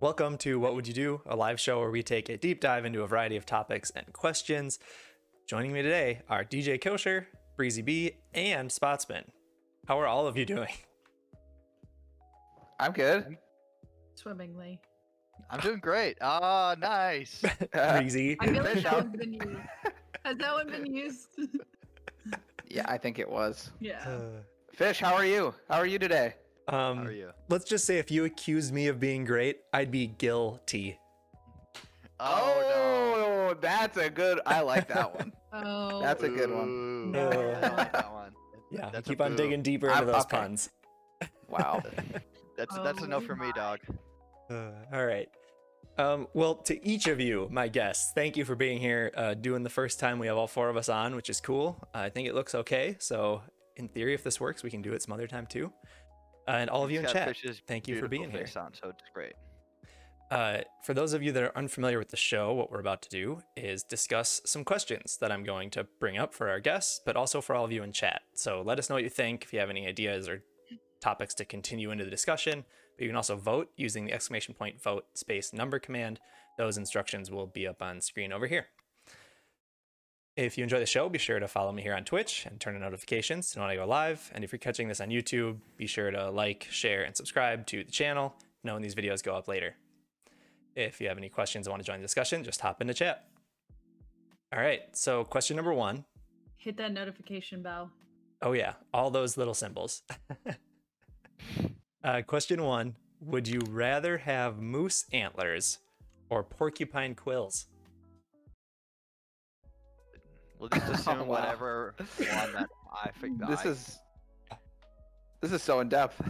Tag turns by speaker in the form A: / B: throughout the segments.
A: Welcome to What Would You Do, a live show where we take a deep dive into a variety of topics and questions. Joining me today are DJ Kosher, Breezy B, and Spotsman. How are all of you doing?
B: I'm good.
C: swimmingly.
B: I'm doing great. Ah, nice. Uh,
A: Breezy.
C: I feel like
B: Fish
C: that
B: out.
C: one's been used. Has that one been used?
B: yeah, I think it was.
A: Uh,
C: yeah.
B: Fish, how are you? How are you today?
A: um,
D: Uh, How are you?
A: Let's just say if you accused me of being great, I'd be guilty.
B: Oh, that's a good. I like that one.
C: Oh.
B: That's a good one.
D: one.
A: No.
D: I like that one.
A: Yeah,
D: That's a
A: keep on
D: boo.
A: digging deeper
B: I'm
A: into those
B: okay.
A: puns.
B: Wow.
D: That's that's
C: Oh
D: enough for me,
C: my.
D: dog.
A: Uh, all right. Um, well, to each of you, my guests, thank you for being here. Uh, doing the first time we have all four of us on, which is cool. Uh, I think it looks okay. So, in theory, if this works, we can do it some other time too. Uh, and all of you in
D: It's got
A: chat,
D: Fish's
A: thank you for
D: beautiful
A: being here.
D: face On, so it's great.
A: Uh, for those of you that are unfamiliar with the show, what we're about to do is discuss some questions that I'm going to bring up for our guests, but also for all of you in chat. So let us know what you think, if you have any ideas or topics to continue into the discussion. But you can also vote using the exclamation point vote space number command. Those instructions will be up on screen over here. If you enjoy the show, be sure to follow me here on Twitch and turn on notifications to know when I go live. And if you're catching this on YouTube, be sure to like, share, and subscribe to the channel to know when these videos go up later. If you have any questions and want to join the discussion, just hop into chat. All right. So, question number one.
C: Hit that notification bell.
A: Oh, yeah. All those little symbols. uh, question one Would you rather have moose antlers or porcupine quills?
D: We'll just assume
B: wow.
D: whatever one that I think
B: this is. This is so in depth.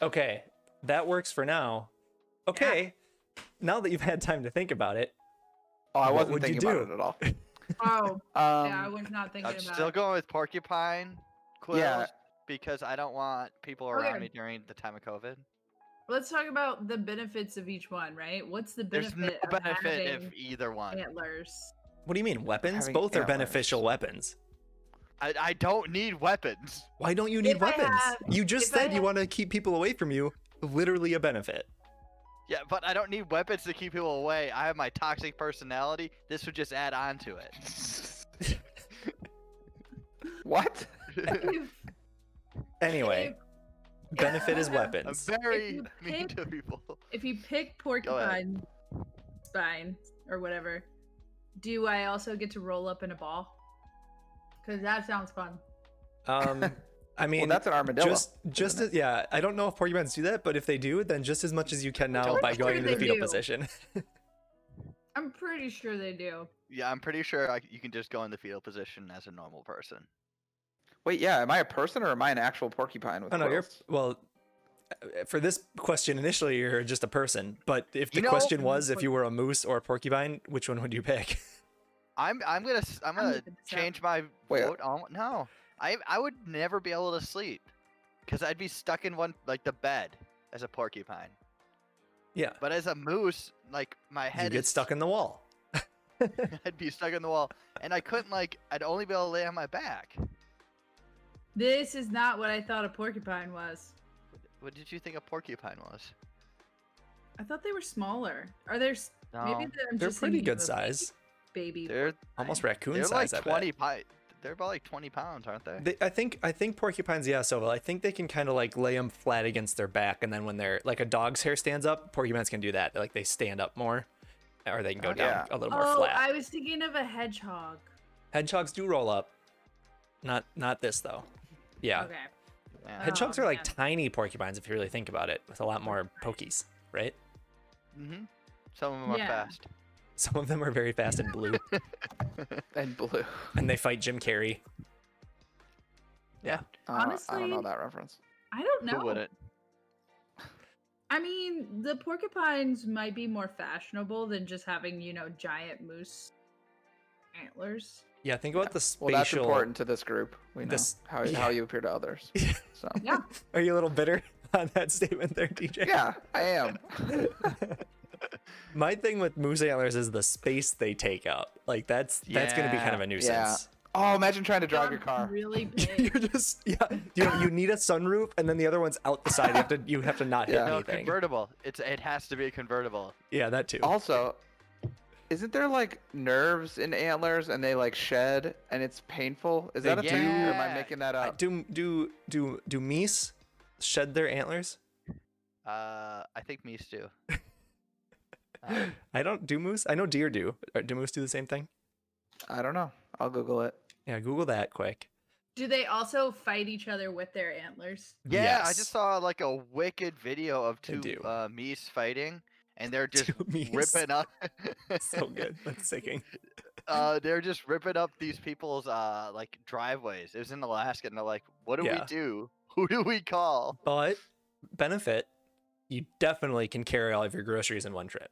A: Okay. That works for now. Okay. Now that you've had time to think about it,
B: oh, I
A: What
B: wasn't
A: would you
B: thinking about
A: do?
B: it at all.
C: Oh,
B: Um,
C: yeah, I was not thinking
D: I'm
C: about
D: still
C: it.
D: going with porcupine quills
B: Yeah.
D: because I don't want people around
C: Okay.
D: me during the time of COVID.
C: Let's talk about the benefits of each one, right? What's the
D: There's
C: benefit
D: no
C: of
D: benefit
C: having
D: if either one.
C: antlers?
A: what do you mean? Weapons?
B: Having
A: Both are
B: antlers.
A: beneficial weapons.
D: I, I don't need weapons.
A: Why don't you need
C: If I
A: weapons?
C: have-
A: you just
C: if I
A: said you
C: have-
A: want to keep people away from you. Literally a benefit.
D: Yeah, but I don't need weapons to keep people away. I have my toxic personality. This would just add on to
B: what?
D: it.
C: If-
A: Anyway, benefit is
C: have a
D: I'm
A: weapons.
D: very
C: you
D: mean
C: pick-
D: to people.
C: if, if you pick porcupine spine or whatever, do I also get to roll up in a ball? Because that sounds fun.
A: Um, I mean,
B: well, that's an armadillo.
A: just just as, yeah i don't know if porcupines do that but if they do then just as much as you can now
D: don't
A: by
C: think
A: going into the
C: they
A: fetal
C: do.
A: position
C: I'm pretty sure they do.
D: Yeah, I'm pretty sure I, you can just go in the fetal position as a normal person.
B: Wait, yeah. Am I a person or am I an actual porcupine with
A: oh no you're
B: quills?
A: well uh, for this question initially you're just a person but if the
D: You know-
A: question was if you were a moose or a porcupine which one would you pick
D: I'm I'm gonna s- I'm
C: I'm
D: gonna
C: looking this up.
D: change my
B: Wait.
D: vote. On, no, I I would never be able to sleep because I'd be stuck in one like the bed as a porcupine.
A: yeah
D: But as a moose, like my
A: you
D: head
A: get
D: is
A: stuck in the wall
D: I'd be stuck in the wall, and I couldn't like I'd only be able to lay on my back.
C: This is not what I thought a porcupine was.
D: What did you think a porcupine was?
C: I thought they were smaller. Are there? s-
D: No,
C: maybe they're, I'm
A: they're
C: just
A: pretty
C: thinking
A: good
C: of a
A: size
C: Baby.
D: they're
A: almost raccoon
D: they're like
A: size I bet.
D: twenty pi- They're about like twenty pounds, aren't they?
A: They, I think I think porcupines, yeah, Sova. I think they can kind of like lay them flat against their back, and then when they're like a dog's hair stands up, porcupines can do that. They're, Like they stand up more, or they can go
B: Oh,
A: down
B: yeah.
A: a little more
C: oh,
A: flat.
C: I was thinking of a hedgehog.
A: Hedgehogs do roll up. Not not this though. Yeah.
C: Okay.
D: Yeah.
A: Hedgehogs
C: Oh,
A: are like
C: man.
A: tiny porcupines if you really think about it, with a lot more pokies, right?
D: hmm Some of them are
C: Yeah.
D: fast.
A: Some of them are very fast and blue,
B: and blue.
A: and they fight Jim Carrey.
B: Uh, I don't
C: Honestly-
B: know that reference.
C: I don't know.
D: Who wouldn't?
C: I mean, the porcupines might be more fashionable than just having you know giant moose antlers.
A: Yeah, think about the spatial.
B: Well, that's important to this group. We know
A: This-
B: how,
A: yeah.
B: how you appear to others. So
C: Yeah.
A: Are you a little bitter on that statement there, DJ?
B: yeah, I am.
A: My thing with moose antlers is the space they take up. Like that's that's gonna be kind
D: Yeah,
A: of a
B: yeah.
A: nuisance.
B: Oh, imagine trying to drive
C: I'm
B: your car.
C: Really
A: You're
C: big.
A: just yeah. You you need a sunroof, and then the other one's out the side. You have to you have to not hit
B: Yeah.
D: No,
A: anything.
D: convertible. It's it has to be a convertible.
A: yeah, that too.
B: Also, isn't there like nerves in antlers and they like shed and it's painful? Is
A: They
B: that a thing? Or am I
D: do-
B: making that
A: I-
B: up?
A: do do do do meese shed their antlers?
D: Uh, I think me's do. Uh,
A: I don't do moose. I know deer do. Uh, Do moose do the same thing?
B: I don't know. I'll Google it.
A: Yeah, Google that quick.
C: Do they also fight each other with their antlers?
D: yeah, I
A: Yes.
D: just saw like a wicked video of
A: They
D: two
A: do.
D: uh, meese fighting, and they're just
A: Two meese.
D: ripping up.
A: so good. That's sicking.
D: uh, they're just ripping up these people's uh like driveways. It was in Alaska, and they're like, "What do
A: Yeah.
D: we do? Who do we call?"
A: But benefit, you definitely can carry all of your groceries in one trip.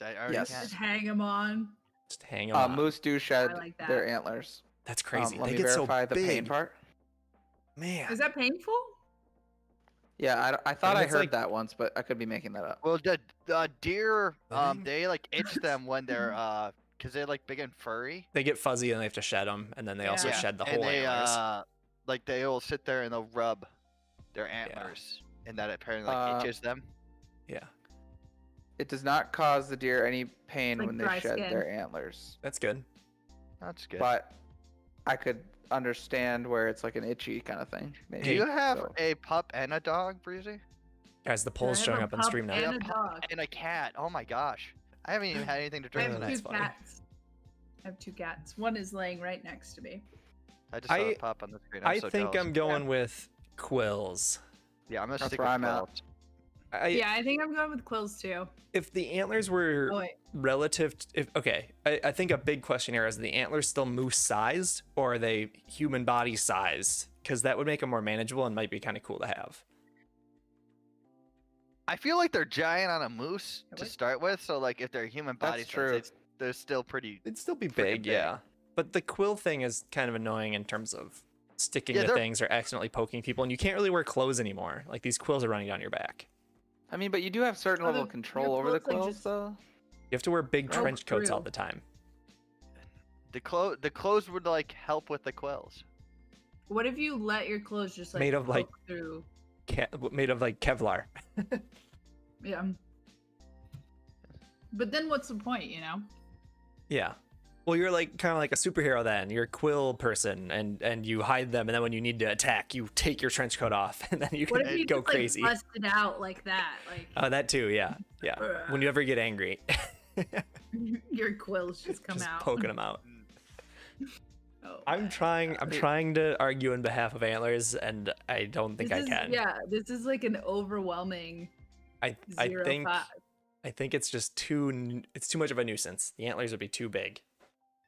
D: I already
B: Yes.
D: can't-
C: Just hang them on.
A: Just hang
B: Uh,
A: on.
B: moose do shed
C: like that.
B: their antlers.
A: That's
B: Um,
A: crazy.
B: let
A: they
B: me
A: get so
B: verify the pain
A: big,
B: part.
A: man.
C: Is that painful?
B: Yeah, I, d- I thought I
A: it's
B: heard
A: like-
B: that once, but I could be making that up.
D: Well, the the deer, um,
A: Really?
D: they like itch them when they're uh, cause they're like big and furry.
A: They get fuzzy and they have to shed them, and then they also
C: Yeah.
A: shed the
D: and
A: whole
D: they
A: antlers.
D: uh, like they will sit there and they'll rub their antlers, and that apparently like,
B: Uh,
D: itches them.
A: yeah,
B: It does not cause the deer any pain
C: Like
B: when they
C: dry
B: shed
C: skin.
B: their antlers,
A: that's good.
D: That's good.
B: but I could understand where it's like an itchy kind of thing. Maybe.
D: do you have
B: so-
D: a pup and a dog, Breezy?
A: Guys, the
C: Do I
A: poll's
C: have
A: showing
C: a
A: up on
C: pup
A: stream now.
C: And
D: Yeah,
C: a
D: pup
C: dog.
D: And a cat. Oh my gosh, I haven't even had anything to
C: I
D: drink
A: Oh,
C: have
D: tonight.
C: two
A: that's funny.
C: cats. I have two cats. One is laying right next to me.
D: I just saw a
A: I-
D: pup on the screen. I'm
A: I
D: so
A: think
D: jealous.
A: I'm going with quills.
D: Yeah, I'm gonna
B: That's
D: stick
B: where
D: with
B: I'm at.
D: Quilt.
A: I,
C: yeah, I think I'm going with quills too.
A: If the antlers were
C: Oh wait,
A: relative, t if okay, I, I think a big question here is: are the antlers still moose sized, or are they human body sized? Because that would make them more manageable and might be kind of cool to have.
D: I feel like they're giant on a moose
C: It
D: to
C: was-
D: start with, so like if they're human
B: That's
D: body size,
B: true.
D: it's- they're still pretty.
A: It'd still be
D: Freaking
A: big,
D: big.
A: yeah. But the quill thing is kind of annoying in terms of sticking
D: Yeah,
A: to
D: they're-
A: things or accidentally poking people, and you can't really wear clothes anymore. Like these quills are running down your back.
B: I mean, but you do have certain
C: Oh,
B: level
C: the-
B: of control
C: your
B: over the
C: quilts, like,
B: quills,
C: just-
B: though.
A: You have to wear big
C: Oh,
A: trench coats all
C: true.
A: the time.
D: The clo- the clothes would like help with the quills.
C: what if you let your clothes just like
A: Made of,
C: poke
A: like-
C: through?
A: Ke- made of like Kevlar.
C: Yeah. um, But then what's the point, you know?
A: Yeah. Well, you're like kind of like a superhero then. You're a quill person, and and you hide them, and then when you need to attack, you take your trench coat off, and then you
C: What
A: can
C: if you
A: go
C: just,
A: crazy.
C: like bust it out like that, like
A: oh, that too. Yeah, yeah. Uh, When you ever get angry,
C: your quills just come
A: just
C: out?
A: poking them out.
C: Oh,
A: I'm
C: man.
A: trying. I'm trying to argue in behalf of antlers, and I don't think
C: This
A: I
C: is-
A: can.
C: Yeah, this is like an overwhelming
A: I I
C: zero
A: think
C: five.
A: I think it's just too. n- It's too much of a nuisance. The antlers would be too big.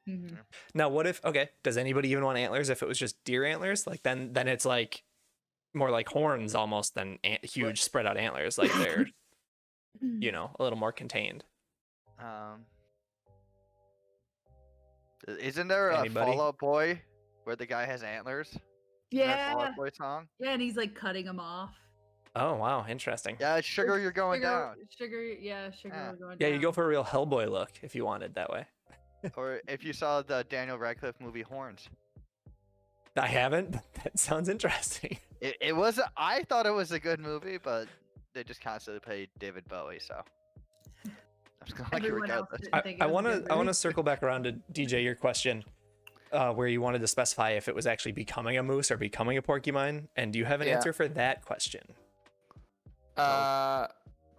C: Mhm.
A: Now, what if? Okay, does anybody even want antlers? If it was just deer antlers, like then then it's like more like horns almost than ant- huge spread out antlers. Like they're
C: Mm-hmm.
A: you know a little more contained.
D: Um, i- isn't there a
A: Anybody?
D: Fall Out Boy where the guy has antlers? Isn't That Fall
C: Yeah,
D: Out Boy song.
C: yeah, and he's like cutting them off.
A: Oh wow, interesting.
D: Yeah, it's sugar, you're
C: Oh
D: going
C: Sugar, sugar, yeah, sugar.
D: Yeah.
C: we're going
A: Yeah, you
C: down.
A: go for a real Hellboy look if you wanted that way.
D: down. or if you saw the Daniel Radcliffe movie Horns,
A: I haven't. But that sounds interesting.
D: it, it was. a- I thought it was a good movie, but they just constantly played David Bowie, so I'm just gonna like you
C: Everyone else
D: regardless.
C: didn't
A: I
C: think it
A: I
C: was a
A: want
C: good
A: to I want to
C: movie.
A: circle back around to DJ your question, uh, where you wanted to specify if it was actually becoming a moose or becoming a porcupine. And do you have an
B: Yeah.
A: answer for that question? Oh.
B: Uh,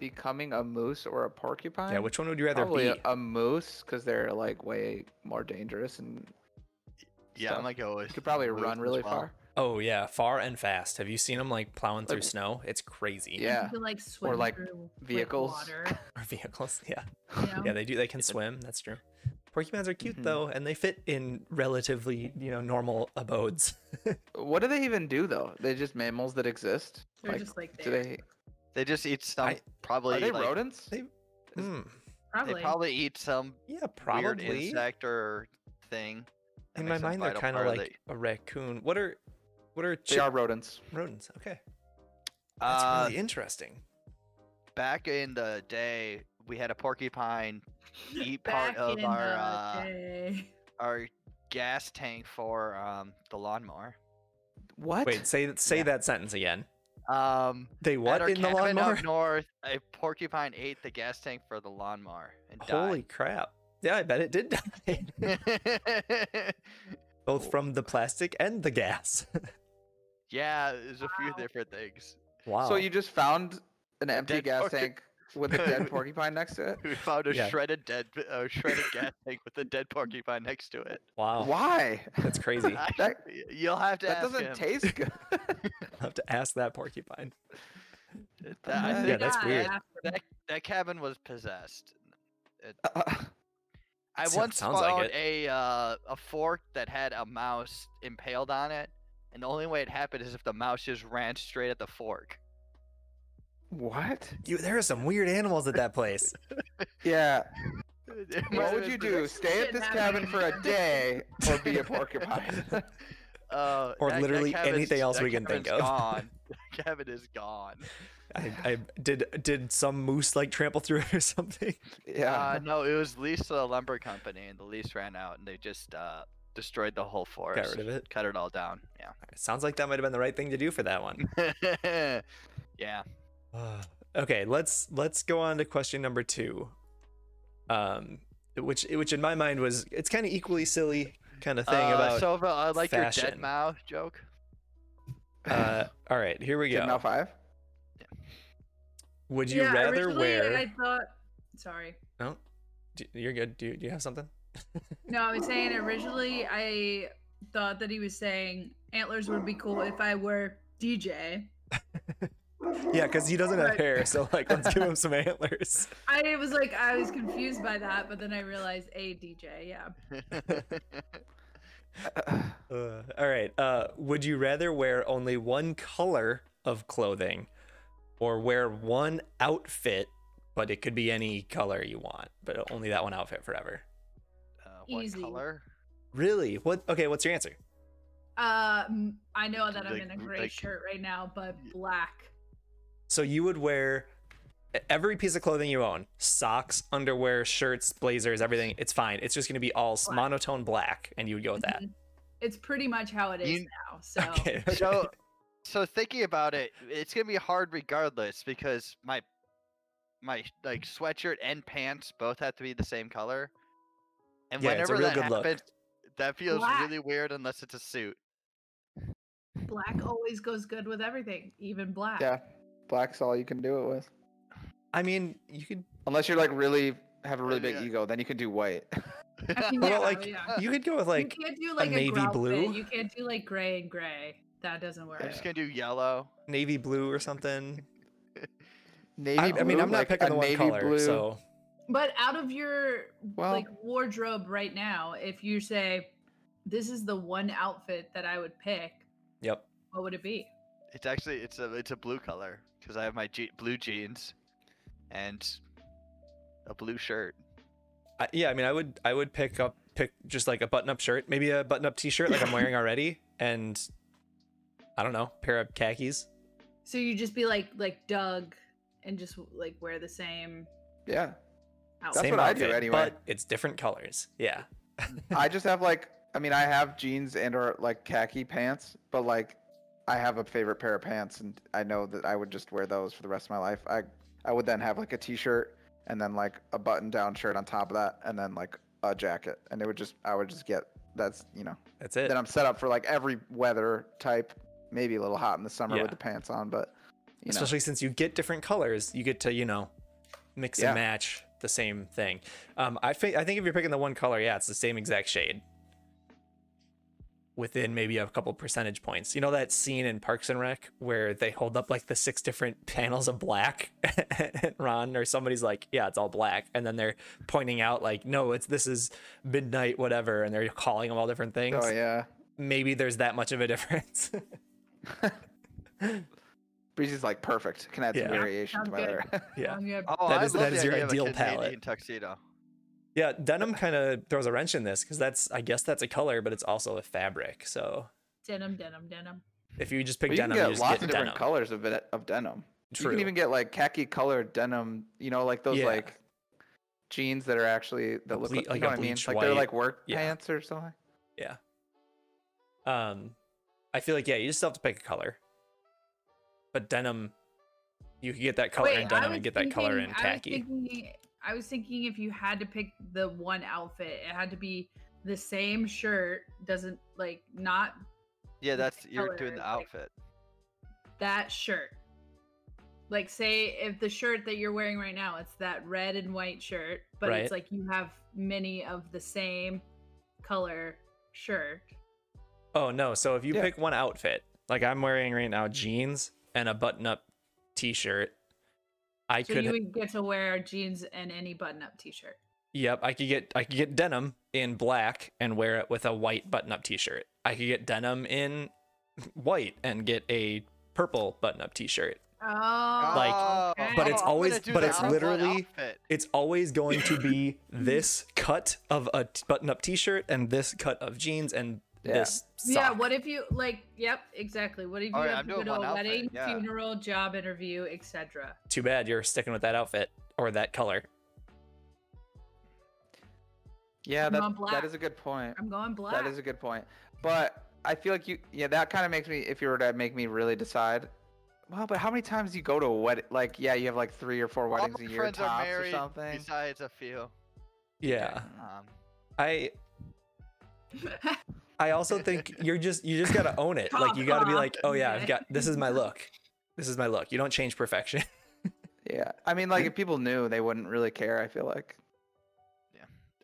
B: becoming a moose or a porcupine?
A: Yeah, which one would you rather
B: Probably
A: be?
B: a, a moose because they're like way more dangerous and
D: Yeah,
B: So,
D: I'm gonna go.
B: could probably run really far.
A: Oh yeah, far and fast. Have you seen them like plowing through
B: Like-
A: snow? It's crazy.
C: You
B: Yeah,
C: can, like swim
B: like,
C: through, like,
B: vehicles.
C: water,
A: Or vehicles. Yeah.
C: you know?
A: Yeah, they do. They can swim. That's true. Porcupines are cute
D: Mm-hmm.
B: Mhm.
A: though, and they fit in relatively you know normal abodes.
B: What do they even do though? They just mammals that exist.
C: They're
B: like,
C: just like
B: do
C: there,
B: they?
D: They just eat some.
A: I-
D: probably
B: Are they
D: like,
B: rodents?
A: they- Hmm.
D: They
C: probably.
D: probably eat some
A: Yeah,
D: weird
A: probably.
D: insect or thing. that
A: In my
D: makes them
A: mind, they're
D: vital
A: kind of
D: part
A: like
D: of
A: a raccoon. What are what are,
B: They
A: chip-
B: are rodents.
A: rodents? Okay,
D: the-
A: that's
D: Uh,
A: really interesting.
D: back in the day, we had a porcupine eat part
C: Back
D: of
C: in
D: our
C: the
D: uh,
C: day.
D: our gas tank for um, the lawnmower.
B: What?
A: Wait, say say
D: Yeah.
A: that sentence again.
D: Um,
A: They
D: at
A: what
D: our
A: in the
D: cabin up
A: lawnmower?
D: north, a porcupine ate the gas tank for the lawnmower and
A: Holy crap! Yeah, I bet it did die,
D: died.
A: both from the plastic and the gas.
D: yeah, there's a few
C: Wow.
D: different things.
A: wow.
B: So you just found an empty
D: dead
B: gas
D: porcu-
B: tank with a dead porcupine next to it?
D: We found a
A: Yeah.
D: shredded dead, uh, shredded gas tank with a dead porcupine next to it.
A: wow.
B: Why?
A: That's crazy. I'll
D: I-
B: That-
D: y- You'll have to
B: That
D: ask
B: doesn't
D: him.
B: taste good.
A: have to ask that porcupine.
D: Th- that- I
B: Yeah,
D: think
A: that's
D: that-
A: weird.
D: That, that cabin was possessed.
B: Uh,
D: I
A: Sounds-
D: once
A: sounds
D: found
A: like it.
D: a uh, a fork that had a mouse impaled on it, and the only way it happened is if the mouse just ran straight at the fork.
B: what?
A: You, there are some weird animals at that place.
B: Yeah.
D: It might
B: What
D: have
B: would
D: been
B: you
D: pretty-
B: do? Stay at
C: Shit
B: this cabin
C: happening
B: for a
C: here.
B: day or be a porcupine?
D: Uh,
A: Or
D: that- that
A: literally
D: cabin's-
A: anything else
D: that
A: we can think
D: cabin's
A: of.
D: Gone. That cabin is gone.
A: I, I did did some moose like trample through it or something.
B: yeah.
D: Uh, no, it was leased to the lumber company, and the lease ran out, and they just uh, destroyed the whole forest.
A: rid of it.
D: Cut it all down.
A: Sounds like that might have been the right thing to do for that one.
D: Yeah. yeah.
A: Uh, okay, let's let's go on to question number two, um, which which in my mind was it's kind of equally silly kind of thing
D: uh,
A: about.
D: Sova, I like your
A: fashion.
D: dead mouth joke.
A: uh, all right, here we
B: Did
A: go.
B: now five?
A: Would you
C: yeah,
A: rather
C: originally
A: wear?
C: I thought. Sorry.
A: No, Do- you're good. Do you, do you have something?
C: No, I was saying originally I thought that he was saying antlers would be cool if I were DJ.
A: Yeah, because he doesn't have
C: Right.
A: hair, so like let's give him some antlers.
C: I was like, I was confused by that, but then I realized a DJ. Yeah.
A: Uh, all right. Uh, would you rather wear only one color of clothing, or wear one outfit, but it could be any color you want, but only that one outfit forever?
D: Uh, what
C: Easy.
D: color?
A: Really? What? Okay. What's your answer?
C: Um, I know that I'm
D: Like-
C: in a gray
D: like-
C: shirt right now, but
D: Y-
C: black.
A: So you would wear e-, every piece of clothing you own: socks, underwear, shirts, blazers, everything. It's fine. It's just going to be all s
C: Black.
A: monotone black, and you would go with that.
C: Mhm. It's pretty much how it is
D: You-
C: now. So
A: Okay. okay.
D: So, so thinking about it, it's gonna be hard regardless because my, my like sweatshirt and pants both have to be the same color, and
A: Yeah, it's a
D: whenever
A: real
D: that
A: good look.
D: happens, that feels
C: Black.
D: really weird unless it's a suit.
C: black always goes good with everything, even black.
B: Yeah. Black's all you can do it with.
A: I mean, you could
B: Unless you're like really have a really big
D: Yeah.
B: ego, then you can do white.
C: I mean,
A: Well,
C: yeah,
A: like,
C: yeah.
A: you could go with like
C: Uh, you can't do like a,
A: navy
C: grout fit,
A: blue.
C: You can't do like gray and gray. That doesn't work.
D: I'm just gonna do yellow.
A: navy blue or something.
B: Navy
A: I, I mean, I'm not
B: like
A: picking
B: a
A: the one
B: navy
A: color,
B: blue.
A: so
C: But out of your
B: Well-
C: like wardrobe right now, if you say this is the one outfit that I would pick,
A: yep.
C: what would it be?
D: It's actually it's a it's a blue color because I have my je- blue jeans, and a blue shirt.
A: I, yeah, I mean, I would I would pick up pick just like a button up shirt, maybe a button up T-shirt like I'm wearing already, and I don't know, pair of khakis.
C: So you just be like like Doug and just like wear the same
B: Yeah.
C: outfit.
B: That's
A: Same
B: what I do
A: outfit,
B: anyway.
A: but it's different colors. Yeah,
B: I just have like I mean I have jeans and or like khaki pants, but like I have a favorite pair of pants and I know that I would just wear those for the rest of my life. I I would then have like a t-shirt and then like a button-down shirt on top of that and then like a jacket and it would just I would just get that's you know
A: that's it.
B: then I'm set up for like every weather type maybe a little hot in the summer
A: Yeah.
B: with the pants on but you know
A: Especially since you get different colors, you get to you know mix
B: Yeah.
A: and match the same thing. Um, I think I think if you're picking the one color, yeah, it's the same exact shade. Within maybe a couple percentage points. You know that scene in Parks and Rec where they hold up like the six different panels of black, and Ron or somebody's like, "Yeah, it's all black," and then they're pointing out like, "No, it's this is midnight, whatever," and they're calling them all different things.
B: oh yeah
A: Maybe there's that much of a difference.
B: Breezy's like perfect can add
A: Yeah.
B: some variation to my
C: Sounds good.
B: weather
A: yeah.
C: Long you-
D: Oh,
A: That
D: I
A: is-
D: love
A: that
D: the
A: is your
D: idea of a
A: ideal
D: Canadian
A: palette.
D: tuxedo.
A: Yeah, denim kind of throws a wrench in this because that's, I guess that's a color, but it's also a fabric. So
C: denim, denim, denim.
A: if you just pick
B: Well, you
A: denim,
B: can
A: you,
B: get
A: just
B: lots
A: get
B: of different
A: denim.
B: colors of it, of denim. You
A: True.
B: can even get like khaki colored denim. You know, like those
A: Yeah.
B: like jeans that are actually that look
A: ble-
B: like, you
A: like
B: know
A: a
B: what I mean?
A: bleach
B: Like they're
A: white-
B: like work
A: yeah.
B: pants or something.
A: Um, I feel like yeah, you just have to pick a color. But denim, you could get that color in
C: I
A: denim
C: was
A: and get that color in
C: thinking- I
A: khaki.
C: was, thinking, I was thinking if you had to pick the one outfit, it had to be the same shirt, doesn't like not
D: Yeah,
C: the
D: that's you're
C: color,
D: doing the
C: like-
D: outfit.
C: that shirt. Like say if the shirt that you're wearing right now, it's that red and white shirt, but
A: Right.
C: it's like you have many of the same color shirt.
A: Oh no! So if you
B: Yeah.
A: pick one outfit, like I'm wearing right now, jeans and a button-up T-shirt, I
C: So
A: could.
C: you would get to wear jeans and any button-up t-shirt.
A: Yep, I could get I could get denim in black and wear it with a white button-up t-shirt. I could get denim in white and get a purple button-up t-shirt.
C: Oh,
A: Like,
C: okay.
A: but it's
D: I'm gonna
A: always-
D: do
A: but
D: the
A: it's
D: outfit
A: literally-
D: outfit.
A: It's always going to be this cut of a t- button-up t-shirt and this cut of jeans and
B: Yeah.
A: this sock.
C: Yeah, what if you like? Yep, exactly. What if you
D: Alright,
C: have
D: I'm
C: to go
D: doing
C: to a
D: one outfit,
C: wedding,
D: yeah.
C: funeral, job interview, etc.?
A: Too bad you're sticking with that outfit or that color.
B: Yeah,
C: I'm
B: that,
C: on black.
B: that is a good point.
C: I'm going black.
B: That is a good point. But I feel like you, yeah, that kind of makes me, if you were to make me really decide, well, but how many times do you go to a wedding? Like, yeah, you have like three or four
D: All
B: weddings
D: my
B: a year
D: friends are
B: tops or
D: married,
B: something.
D: Besides a few.
A: Yeah.
D: Um,
A: I I also think you're just you just got to own it. Like you got to be like, "Oh yeah, I've got this is my look. This is my look. You don't change perfection."
B: Yeah. I mean,
A: Mm-hmm.
B: like, if people knew, they wouldn't really care, I feel like.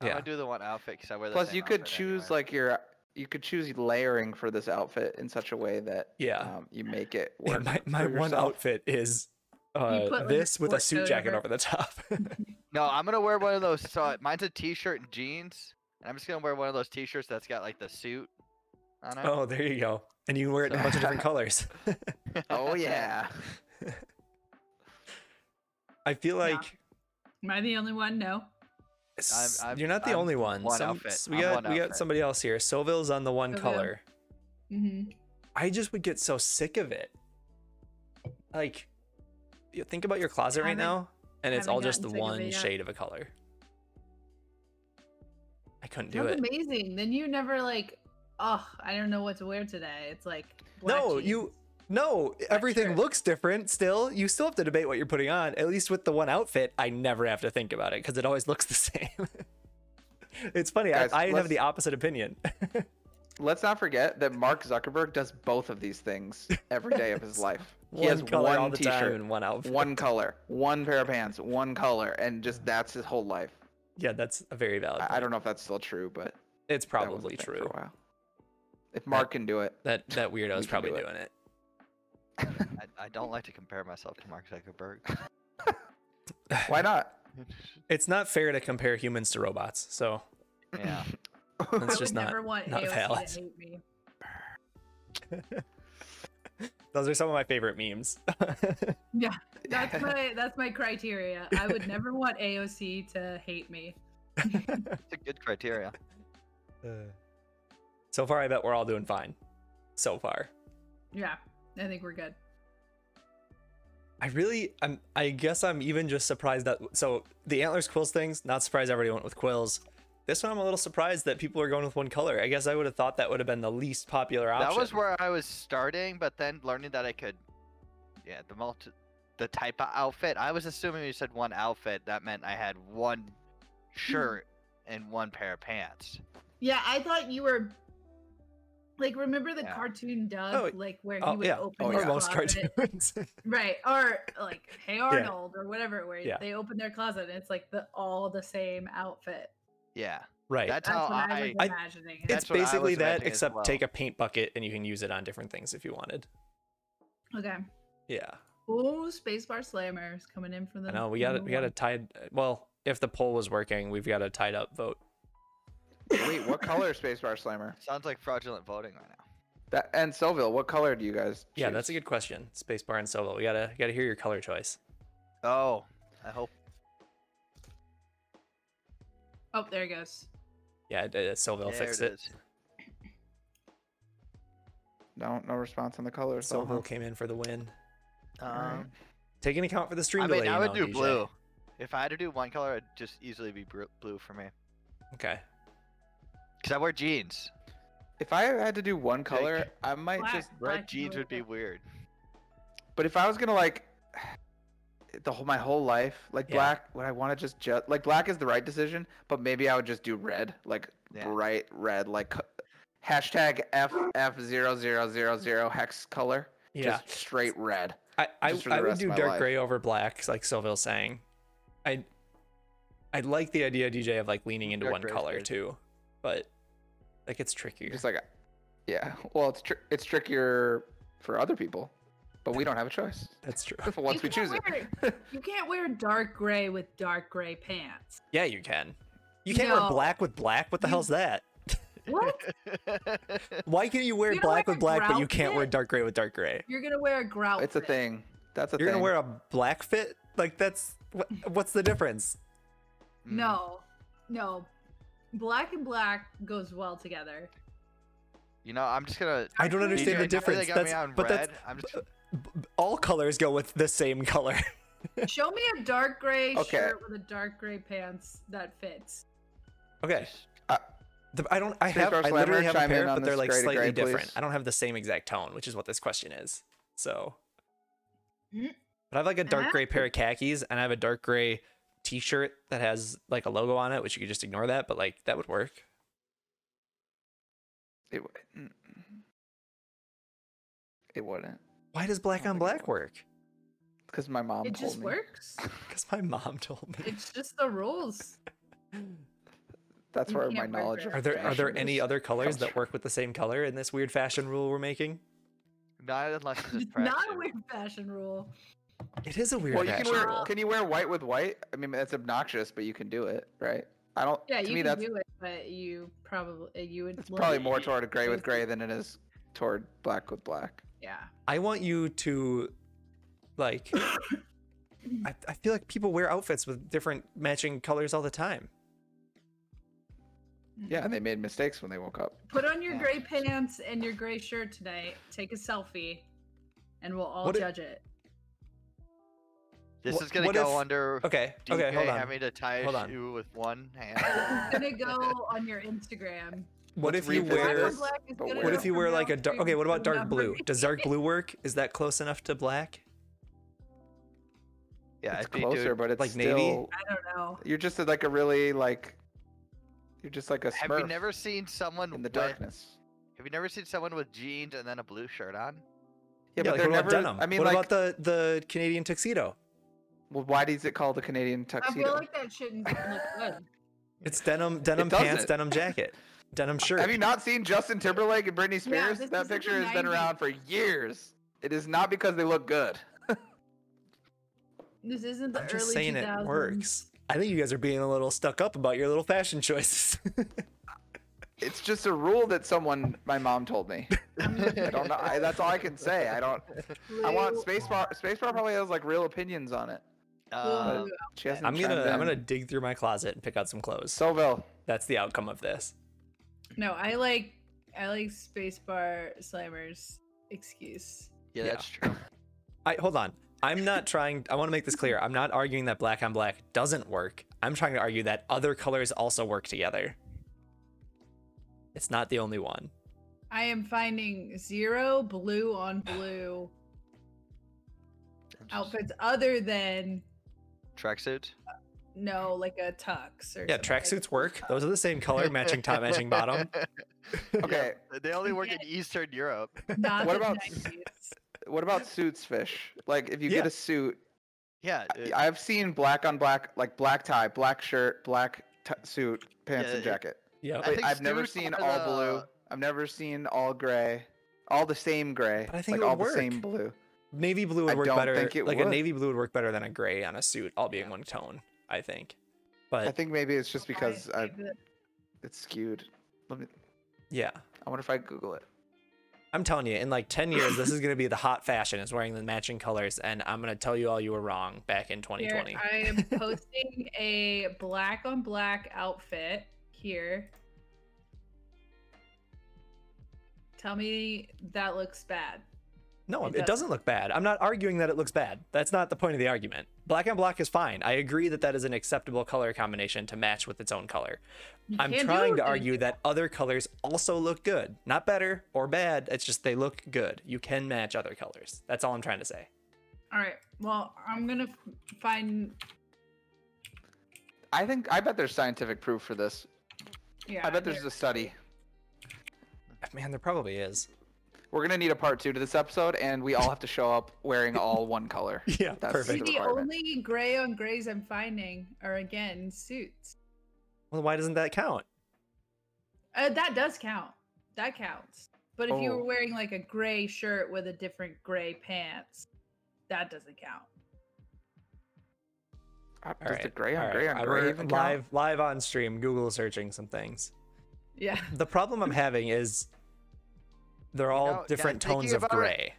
D: I'm
A: Yeah.
D: gonna do the one outfit because I wear the
B: Plus,
D: same
B: you could
D: outfit
B: choose,
D: anyway.
B: like, your, you could choose layering for this outfit in such a way that
A: Yeah.
B: um, you make it
A: Yeah,
B: work.
A: my my
B: for
A: one
B: yourself.
A: outfit is uh,
C: put, like, a
A: this with a
C: sport
A: suit
C: coat
A: jacket
C: over-
A: over the top.
D: No, I'm gonna wear one of those. So uh, mine's a t-shirt and jeans, and I'm just gonna wear one of those t-shirts that's got like the suit on it.
A: oh, there you go. And you can wear it in a bunch of different colors.
B: Oh, yeah.
A: I feel
C: Yeah.
A: like
C: Am I the only one? No.
A: s-
D: I'm-
A: you're not the
D: I'm
A: only one.
D: one
A: Some-
D: outfit.
A: s- we
D: I'm
A: got
D: one
A: we got
D: outfit.
A: somebody else here. Soville's on the one
C: Soville.
A: color.
C: hmm
A: I just would get so sick of it. Like, you think about your closet right
C: Haven't-
A: now, and it's
C: haven't
A: all just the
C: gotten sick of it
A: one
C: yet.
A: shade of a color. I couldn't do it.
C: That's amazing. Then you never like, oh, I don't know what to wear today. It's like black
A: No,
C: jeans.
A: you. No, everything
C: shirt.
A: looks different still. You still have to debate what you're putting on. At least with the one outfit, I never have to think about it because it always looks the same. it's funny.
B: Guys,
A: I, I have
B: let's-
A: the opposite opinion.
B: Let's not forget that Mark Zuckerberg does both of these things every day of his life. He
A: one
B: has
A: color
B: one
A: all the time
B: t-shirt,
A: and one outfit.
B: one color, one pair of pants, one color, and just that's his whole life.
A: Yeah, that's a very valid.
B: I, I
A: point.
B: don't know if that's still true, but
A: It's
B: that was the
A: probably
B: thing
A: true.
B: For a while. If Mark can do it,
A: That that weirdo's
B: can
A: probably
B: do it.
A: doing it.
D: I, I don't like to compare myself to Mark Zuckerberg.
B: why not?
A: It's not fair to compare humans to robots. So
D: yeah.
C: I
A: That's
C: would
A: just not-
C: never want
A: not
C: AOC
A: valid.
C: to hate me.
A: those are some of my favorite memes.
C: That's my that's my criteria. I would never want AOC to hate me.
D: It's a good criteria.
A: so far, I bet we're all doing fine. So far,
C: Yeah, I think we're good.
A: I really, I'm, I guess I'm even just surprised that. So the antlers quills things, not surprised everybody went with quills. This one, I'm a little surprised that people are going with one color. I guess I would have thought that would have been the least popular option.
D: That was where I was starting, but then learning that I could, yeah, the multi, the type of outfit. I was assuming you said one outfit. That meant I had one shirt and one pair of pants.
C: Yeah, I thought you were like remember the
D: Yeah.
C: cartoon Doug,
A: Oh,
C: like where he
A: oh,
C: would
A: yeah.
C: open
B: Oh,
C: his
A: or
B: yeah.
A: most
C: closet.
A: cartoons.
C: right? Or like Hey Arnold or whatever, where
A: Yeah.
C: they open their closet and it's like the all the same outfit.
D: Yeah,
A: right.
D: that's,
C: That's
D: how
C: what I was
D: Oh, I.
A: I-
C: imagining. it.
A: it's
D: that's what I was
A: basically that,
D: imagining as
A: except
D: well.
A: take a paint bucket and you can use it on different things if you wanted.
C: okay.
A: Yeah.
C: Oh, spacebar slammers coming in from the.
A: I know we got to we
B: Mm-hmm.
A: got to tie. Well, if the poll was working, we've got a tied up vote.
B: Wait, what color is Spacebar Slammer?
D: Sounds like fraudulent voting right now.
B: That and Soville, what color do you guys?
A: Yeah, that's a
B: choose?
A: good question. Spacebar and Solo. We gotta gotta hear your color choice.
D: Oh, I hope.
C: Oh, there it goes.
A: Yeah, uh, Solo
D: there
A: fixed
D: it
A: it.
D: is.
B: No, no response on the colors. though,
A: Solo
B: huh?
A: came in for the win.
B: Alright.
D: Um,
A: Taking account for the stream
D: I mean,
A: delay.
D: I
A: you
D: would
A: know, DJ.
D: do blue. If I had to do one color, it'd just easily be bru- blue for me.
A: Okay.
D: Cause I wear jeans.
B: If I had to do one color, I might
C: Black.
B: just.
D: Red
C: Black
D: jeans would be
C: Mamba.
D: weird.
B: But if I was gonna like, the whole my whole life, like
A: Yeah.
B: black, would I want to just ju- like black is the right decision? But maybe I would just do red, like
D: Yeah.
B: bright red, like co- hashtag F F zero zero zero zero hex color,
A: Yeah,
B: just straight red.
A: I I,
B: just for the
A: I would
B: rest
A: do
B: of my
A: dark
B: life.
A: gray over black, like Sylville's saying. I I like the idea, DJ, of like leaning into
D: Dark
A: one
D: gray's
A: color
D: good.
A: too, but that gets trickier.
B: Just like, a- yeah. Well, it's tr- it's trickier for other people, but we don't have a choice.
A: That's true.
B: Once we
C: You
B: choose
C: can't
B: it,
C: wear- you can't wear dark gray with dark gray pants.
A: Yeah, you can. You can't wear
C: No.
A: black with black. What the
C: You-
A: hell's that?
C: What?
A: Why can you wear
C: You don't
A: black
C: wear
A: with black, but you
C: grout
A: can't wear
C: fit?
A: dark gray with dark gray?
C: You're gonna wear a grout.
B: it's a
C: fit.
B: thing. That's a
A: You're
B: thing.
A: gonna wear a black fit? Like that's what, what's the difference?
D: Mm.
C: No, no. Black and black goes well together.
D: You know, I'm just gonna.
A: I don't
C: Dark
D: DJ,
A: understand the
C: gray-
D: now that
A: difference.
D: They got
A: That's,
D: me on
A: but
D: red.
A: that's
D: I'm just.
A: b- all colors go with the same color.
C: Show me a dark gray
B: Okay.
C: shirt with a dark gray pants that fits.
A: okay. Uh, The, I don't. I
B: Space
A: have.
B: Bar
A: I literally
B: Slammer,
A: have a
B: chime in
A: pair,
B: on
A: but they're
B: this
A: like
B: gray to
A: slightly
B: gray,
A: different.
B: please.
A: I don't have the same exact tone, which is what this question is. So,
C: Mm.
A: but I have like a dark
C: Ah.
A: gray pair of khakis, and I have a dark gray T-shirt that has like a logo on it, which you could just ignore that, but like that would work.
B: It, w- mm, mm. it wouldn't,
A: Why does black
B: don't
A: on
B: think it
A: black work?
B: because my mom
C: it
B: told
C: just
B: me.
C: works.
A: Because my mom told me.
C: it's just the rules.
B: That's
C: You
B: where my
C: can't wear
B: knowledge.
C: gray.
B: Of
A: Are there are there
B: fashion
A: any
B: is.
A: other colors that
B: Culture.
A: work with the same color in this weird fashion rule we're making?
D: Not unless it's
C: It's not a
D: impressive.
C: weird fashion rule.
A: It is a weird
B: Well, you
A: fashion
B: can wear.
A: rule.
B: Can you wear white with white? I mean, that's obnoxious, but you can do it, right? I don't.
C: Yeah,
B: to
C: you
B: me,
C: can
B: that's
C: do it, but you probably uh, you would.
B: it's
C: look-
B: probably more toward gray with
C: Basically.
B: gray than it is toward black with black.
C: Yeah.
A: I want you to, like, I, I feel like people wear outfits with different matching colors all the time.
B: Yeah, and they made mistakes when they woke up.
C: Put on your
D: Yeah.
C: gray pants and your gray shirt tonight. Take a selfie, and we'll all
A: What if-
C: judge it.
D: This
A: Wha-
D: is gonna
A: what
D: go
A: if-
D: under.
A: Okay,
D: DJ
A: okay, hold on.
D: having to tie
A: Hold
D: a
A: on.
D: shoe with one
C: It's
D: hand.
C: gonna go on your Instagram.
A: What
B: Let's
A: if you
B: revisit
A: wear?
B: this.
C: is
B: but
C: good
B: where-
A: What
C: enough
A: if you
C: for
A: wear
C: now,
A: like a
C: it's
A: dark?
C: good
A: Okay, what about
C: enough
A: dark
C: for
A: blue?
C: me.
A: Does dark blue work? Is that close enough to black?
D: yeah,
B: it's
D: if you do-
B: closer, but it's
A: like navy?
B: still.
C: I don't know.
B: You're just like a really like. You're just like a
D: Have
B: smurf
D: you never seen someone
B: in the
D: with-
B: darkness.
D: Have you never seen someone with jeans and then a blue shirt on?
B: Yeah,
A: like,
B: but they're
A: what
B: never.
A: about denim?
B: I mean,
A: what
B: like,
A: about the the Canadian tuxedo?
B: well, why is it called a Canadian
C: I
B: tuxedo?
C: feel like that shouldn't look good.
A: It's denim denim pants,
B: doesn't.
A: denim jacket, denim shirt.
B: Have you not seen Justin Timberlake and Britney
C: Yeah,
B: Spears?
C: this
B: that
C: is like the
B: picture has been around for years. It is not because they look good.
C: This isn't the
A: I'm
C: early
A: just saying
C: 2000s.
A: it works. I think you guys are being a little stuck up about your little fashion choices.
B: It's just a rule that someone, my mom told me. I don't know. I, that's all I can say. I don't. I want
C: Blue-
B: Spacebar. Spacebar probably has like real opinions on it.
D: Uh,
C: blue.
B: She hasn't.
A: I'm gonna
B: chimed
A: I'm
B: in.
A: gonna dig through my closet and pick out some clothes.
B: Soville.
A: That's the outcome of this.
C: No, I like I like spacebar slammers excuse.
D: yeah,
A: yeah.
D: that's true.
A: I hold on. I'm not trying. I want to make this clear. I'm not arguing that black on black doesn't work. I'm trying to argue that other colors also work together. It's not the only one.
C: I am finding zero blue on blue outfits other than
D: Tracksuit.
C: no, like a tux or
A: Yeah,
C: something.
A: tracksuits work. Those are the same color, matching top, matching bottom.
B: Okay.
D: They only work in Eastern Europe.
C: Not
B: What
C: the
B: about-
C: 90s.
B: What about suits, fish? Like, if you
A: Yeah.
B: get a suit,
D: Yeah, it-
B: I've seen black on black, like black tie, black shirt, black t- suit, pants,
D: Yeah,
B: and
D: it-
B: jacket.
A: Yeah,
D: I
B: Wait,
D: think
B: I've never
D: Stu's
B: seen
D: one of
B: all blue.
D: the-
B: I've never seen all gray. All the same gray.
A: But I think
B: like
A: it would
B: all the same
A: work.
B: blue.
A: navy blue would
B: I
A: work
B: don't
A: better.
B: think it
A: like a
B: would.
A: navy blue would work better than a gray on a suit, all being one tone. I think. But
B: I think maybe it's just because
C: I,
B: I, it's skewed. Let me.
A: yeah,
B: I wonder if I Google it.
A: I'm telling you, in like 10 years, this is gonna be the hot fashion is wearing the matching colors, and I'm gonna tell you all you were wrong back in
C: here,
A: 2020.
C: I am posting a black on black outfit here. Tell me that looks bad.
A: No,
C: It
A: it, doesn't
C: doesn't.
A: look bad. I'm not arguing that it looks bad. That's not the point of the argument. Black on black is fine. I agree that that is an acceptable color combination to match with its own color.
C: You
A: I'm
C: can't do
A: trying to
C: anything.
A: argue that other colors also look good. Not better or bad. It's just they look good. You can match other colors. That's all I'm trying to say.
C: All right. Well, I'm gonna f- find.
B: I think I bet there's scientific proof for this.
C: Yeah.
B: I bet there's
C: there-
B: a study.
A: Man, there probably is.
B: We're gonna need a part two to this episode, and we all have to show up wearing all one color. Uh,
A: Yeah,
B: That's-
C: See,
A: perfect.
C: the
B: requirement.
C: only gray on grays I'm finding are again suits.
A: Well, why doesn't that count?
C: Uh, that does count. That counts. But if you
A: Oh.
C: were wearing like a gray shirt with a different gray pants, that doesn't count.
B: Uh,
A: All
B: Does
A: right,
B: the gray on
A: all
B: gray
A: right.
B: on
A: Uh,
B: gray
A: we're
B: even count?
A: live live on stream Google searching some things.
C: Yeah.
A: The problem I'm having is they're all
D: know, yeah,
A: different
D: thinking
A: tones of
D: about it-
A: gray.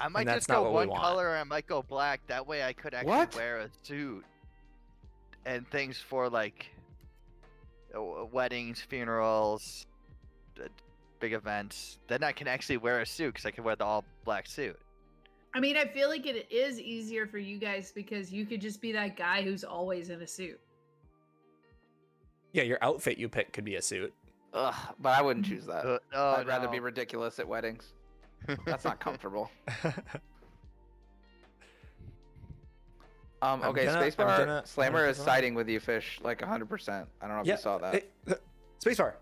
D: I might
A: that's
D: just
A: not
D: go
A: what we
D: one
A: want.
D: color and I might go black. That way I could actually
B: What?
D: wear a suit and things for like uh, weddings, funerals, uh, big events. Then I can actually wear a suit because I can wear the all black suit.
C: I mean, I feel like it is easier for you guys because you could just be that guy who's always in a suit.
A: Yeah, your outfit you pick could be a suit.
B: Ugh, but I wouldn't choose that.
D: Uh, oh,
B: I'd rather be
D: no.
B: ridiculous at weddings. That's not comfortable. Um,
A: I'm
B: okay,
A: gonna- I'm
B: spacebar
A: gonna-
B: slammer
A: I'm
B: is
A: gonna-
B: siding with you, fish, like 100%. I don't know if
A: Yeah,
B: you saw that.
A: Hey, uh, spacebar.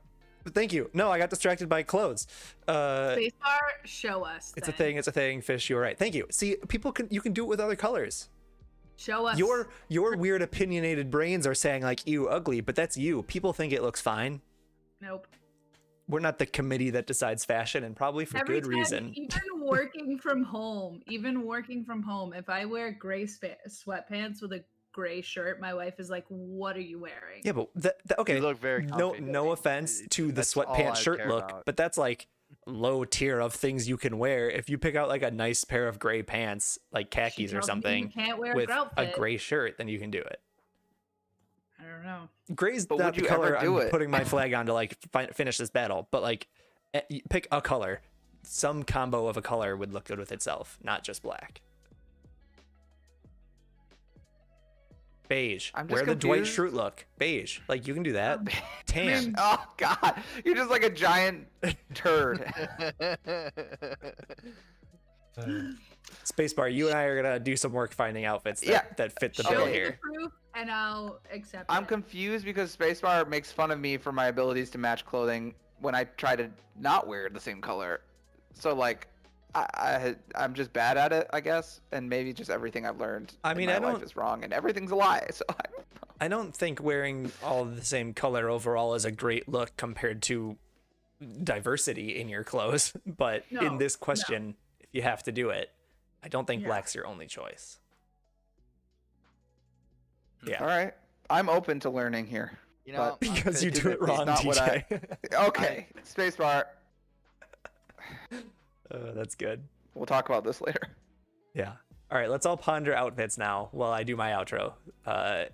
A: Thank you. No, I got distracted by clothes. Uh,
C: Spacebar, show us.
A: it's a
C: then.
A: thing. It's a thing. Fish, you were right. Thank you. See, people can you can do it with other colors.
C: Show us.
A: Your your weird opinionated brains are saying like you ugly, but that's you. People think it looks fine.
C: nope.
A: We're not the committee that decides fashion, and probably for
C: Every
A: good
C: time,
A: reason.
C: Even working from home, even working from home, if I wear gray spa- sweatpants with a gray shirt, my wife is like, "What are you wearing?"
A: Yeah, but th- th- okay.
D: You look very
A: no
D: comfy.
A: no offense to the
D: That's all I
A: sweatpants shirt
D: care
A: look
D: about.
A: but that's like low tier of things you can wear if you pick out like a nice pair of gray pants like
C: She
A: khakis or
C: tells me you
A: something
C: can't wear
A: with a
C: outfit.
A: gray shirt then you can do it
C: I don't know.
A: gray's
B: But
A: not
B: would
A: the
B: you ever
A: color i'm
B: do it?
A: putting my flag on to like fi- finish this battle but like eh, y- pick a color some combo of a color would look good with itself not just black beige
B: I'm just
A: wear the dwight
B: confused.
A: schrute look beige like you can do that tan
C: mean,
B: Oh, God. You're just like a giant turd.
A: Spacebar, you and I are gonna do some work finding outfits that,
B: Yeah.
A: that fit the
B: Okay.
C: Show
A: bill
C: me
A: here.
C: the proof, and I'll accept.
B: I'm
C: it.
B: confused because spacebar makes fun of me for my abilities to match clothing when I try to not wear the same color. So, like, I, I, I'm just bad at it, I guess. And maybe just everything I've learned
A: I
B: in
A: mean,
B: my
A: I
B: life
A: don't-
B: is wrong and everything's a lie. So, I,
A: I don't think wearing all the same color overall is a great look compared to diversity in your clothes. But in
C: No,
A: this question, if you have to do it, I don't think
C: Yeah.
A: black's your only choice. Yeah.
B: all right. I'm open to learning here.
D: you know, I'm
A: Because you
D: good.
A: do it
B: it's
A: wrong,
B: not what
A: DJ.
B: I- Okay, spacebar.
A: Uh, that's good.
B: We'll talk about this later.
A: Yeah. All right, let's all ponder outfits now while I do my outro. Uh,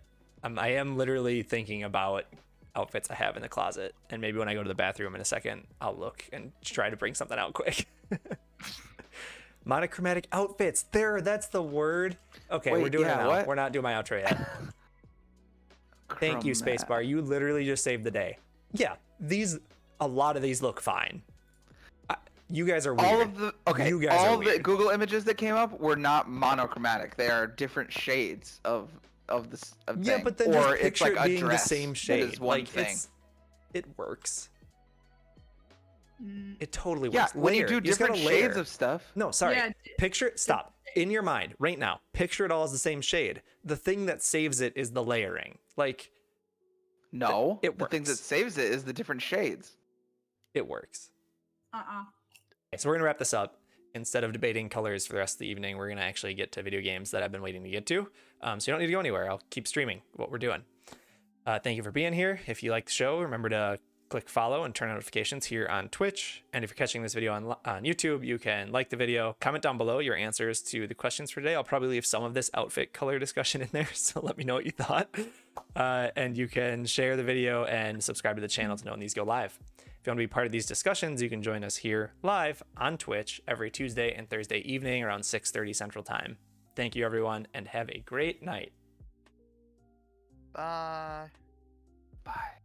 A: I'm, I am literally thinking about outfits I have in the closet, and maybe when I go to the bathroom in a second, I'll look and try to bring something out quick. Monochromatic outfits. There, that's the word. Okay, we're
B: Wait,
A: doing
B: yeah,
A: it now.
B: what?
A: We're not doing my outro yet. Thank you,
B: Chromat-
A: Spacebar. You literally just saved the day. Yeah, these, a lot of these look fine. I, you guys are weird.
B: All of the okay,
A: You guys are
B: all of the
A: weird.
B: Google images that came up were not monochromatic. They are different shades of of this. Of
A: Yeah,
B: thing.
A: but then
B: or
A: just
B: it's
A: picture
B: like
A: it
B: a
A: being the
B: dress
A: same
B: that
A: shade.
B: is one
A: like
B: thing.
A: it's it works.
C: Mm,
A: It totally
B: yeah,
A: works.
B: when you
A: Layer.
B: do
A: just gotta
B: different shades
A: layer.
B: of stuff.
A: No, sorry.
C: Yeah, d-
A: Picture stop. In your mind, right now, picture it all as the same shade. The thing that saves it is the layering. Like
B: No,
A: it
B: the thing that
A: works.
B: saves it is the different shades.
A: it works.
C: uh-uh.
A: Okay, so we're gonna wrap this up. Instead of debating colors for the rest of the evening, we're gonna actually get to video games that I've been waiting to get to. Um, so you don't need to go anywhere. I'll keep streaming what we're doing. Uh, thank you for being here. If you like the show, remember to click follow and turn on notifications here on Twitch. And if you're catching this video on on YouTube, you can like the video, comment down below your answers to the questions for today. I'll probably leave some of this outfit color discussion in there, so let me know what you thought. Uh, and you can share the video and subscribe to the channel to know when these go live. If you want to be part of these discussions, you can join us here live on Twitch every Tuesday and Thursday evening around 6:30 Central Time. Thank you everyone and have a great night.
D: uh, Bye.
B: Bye.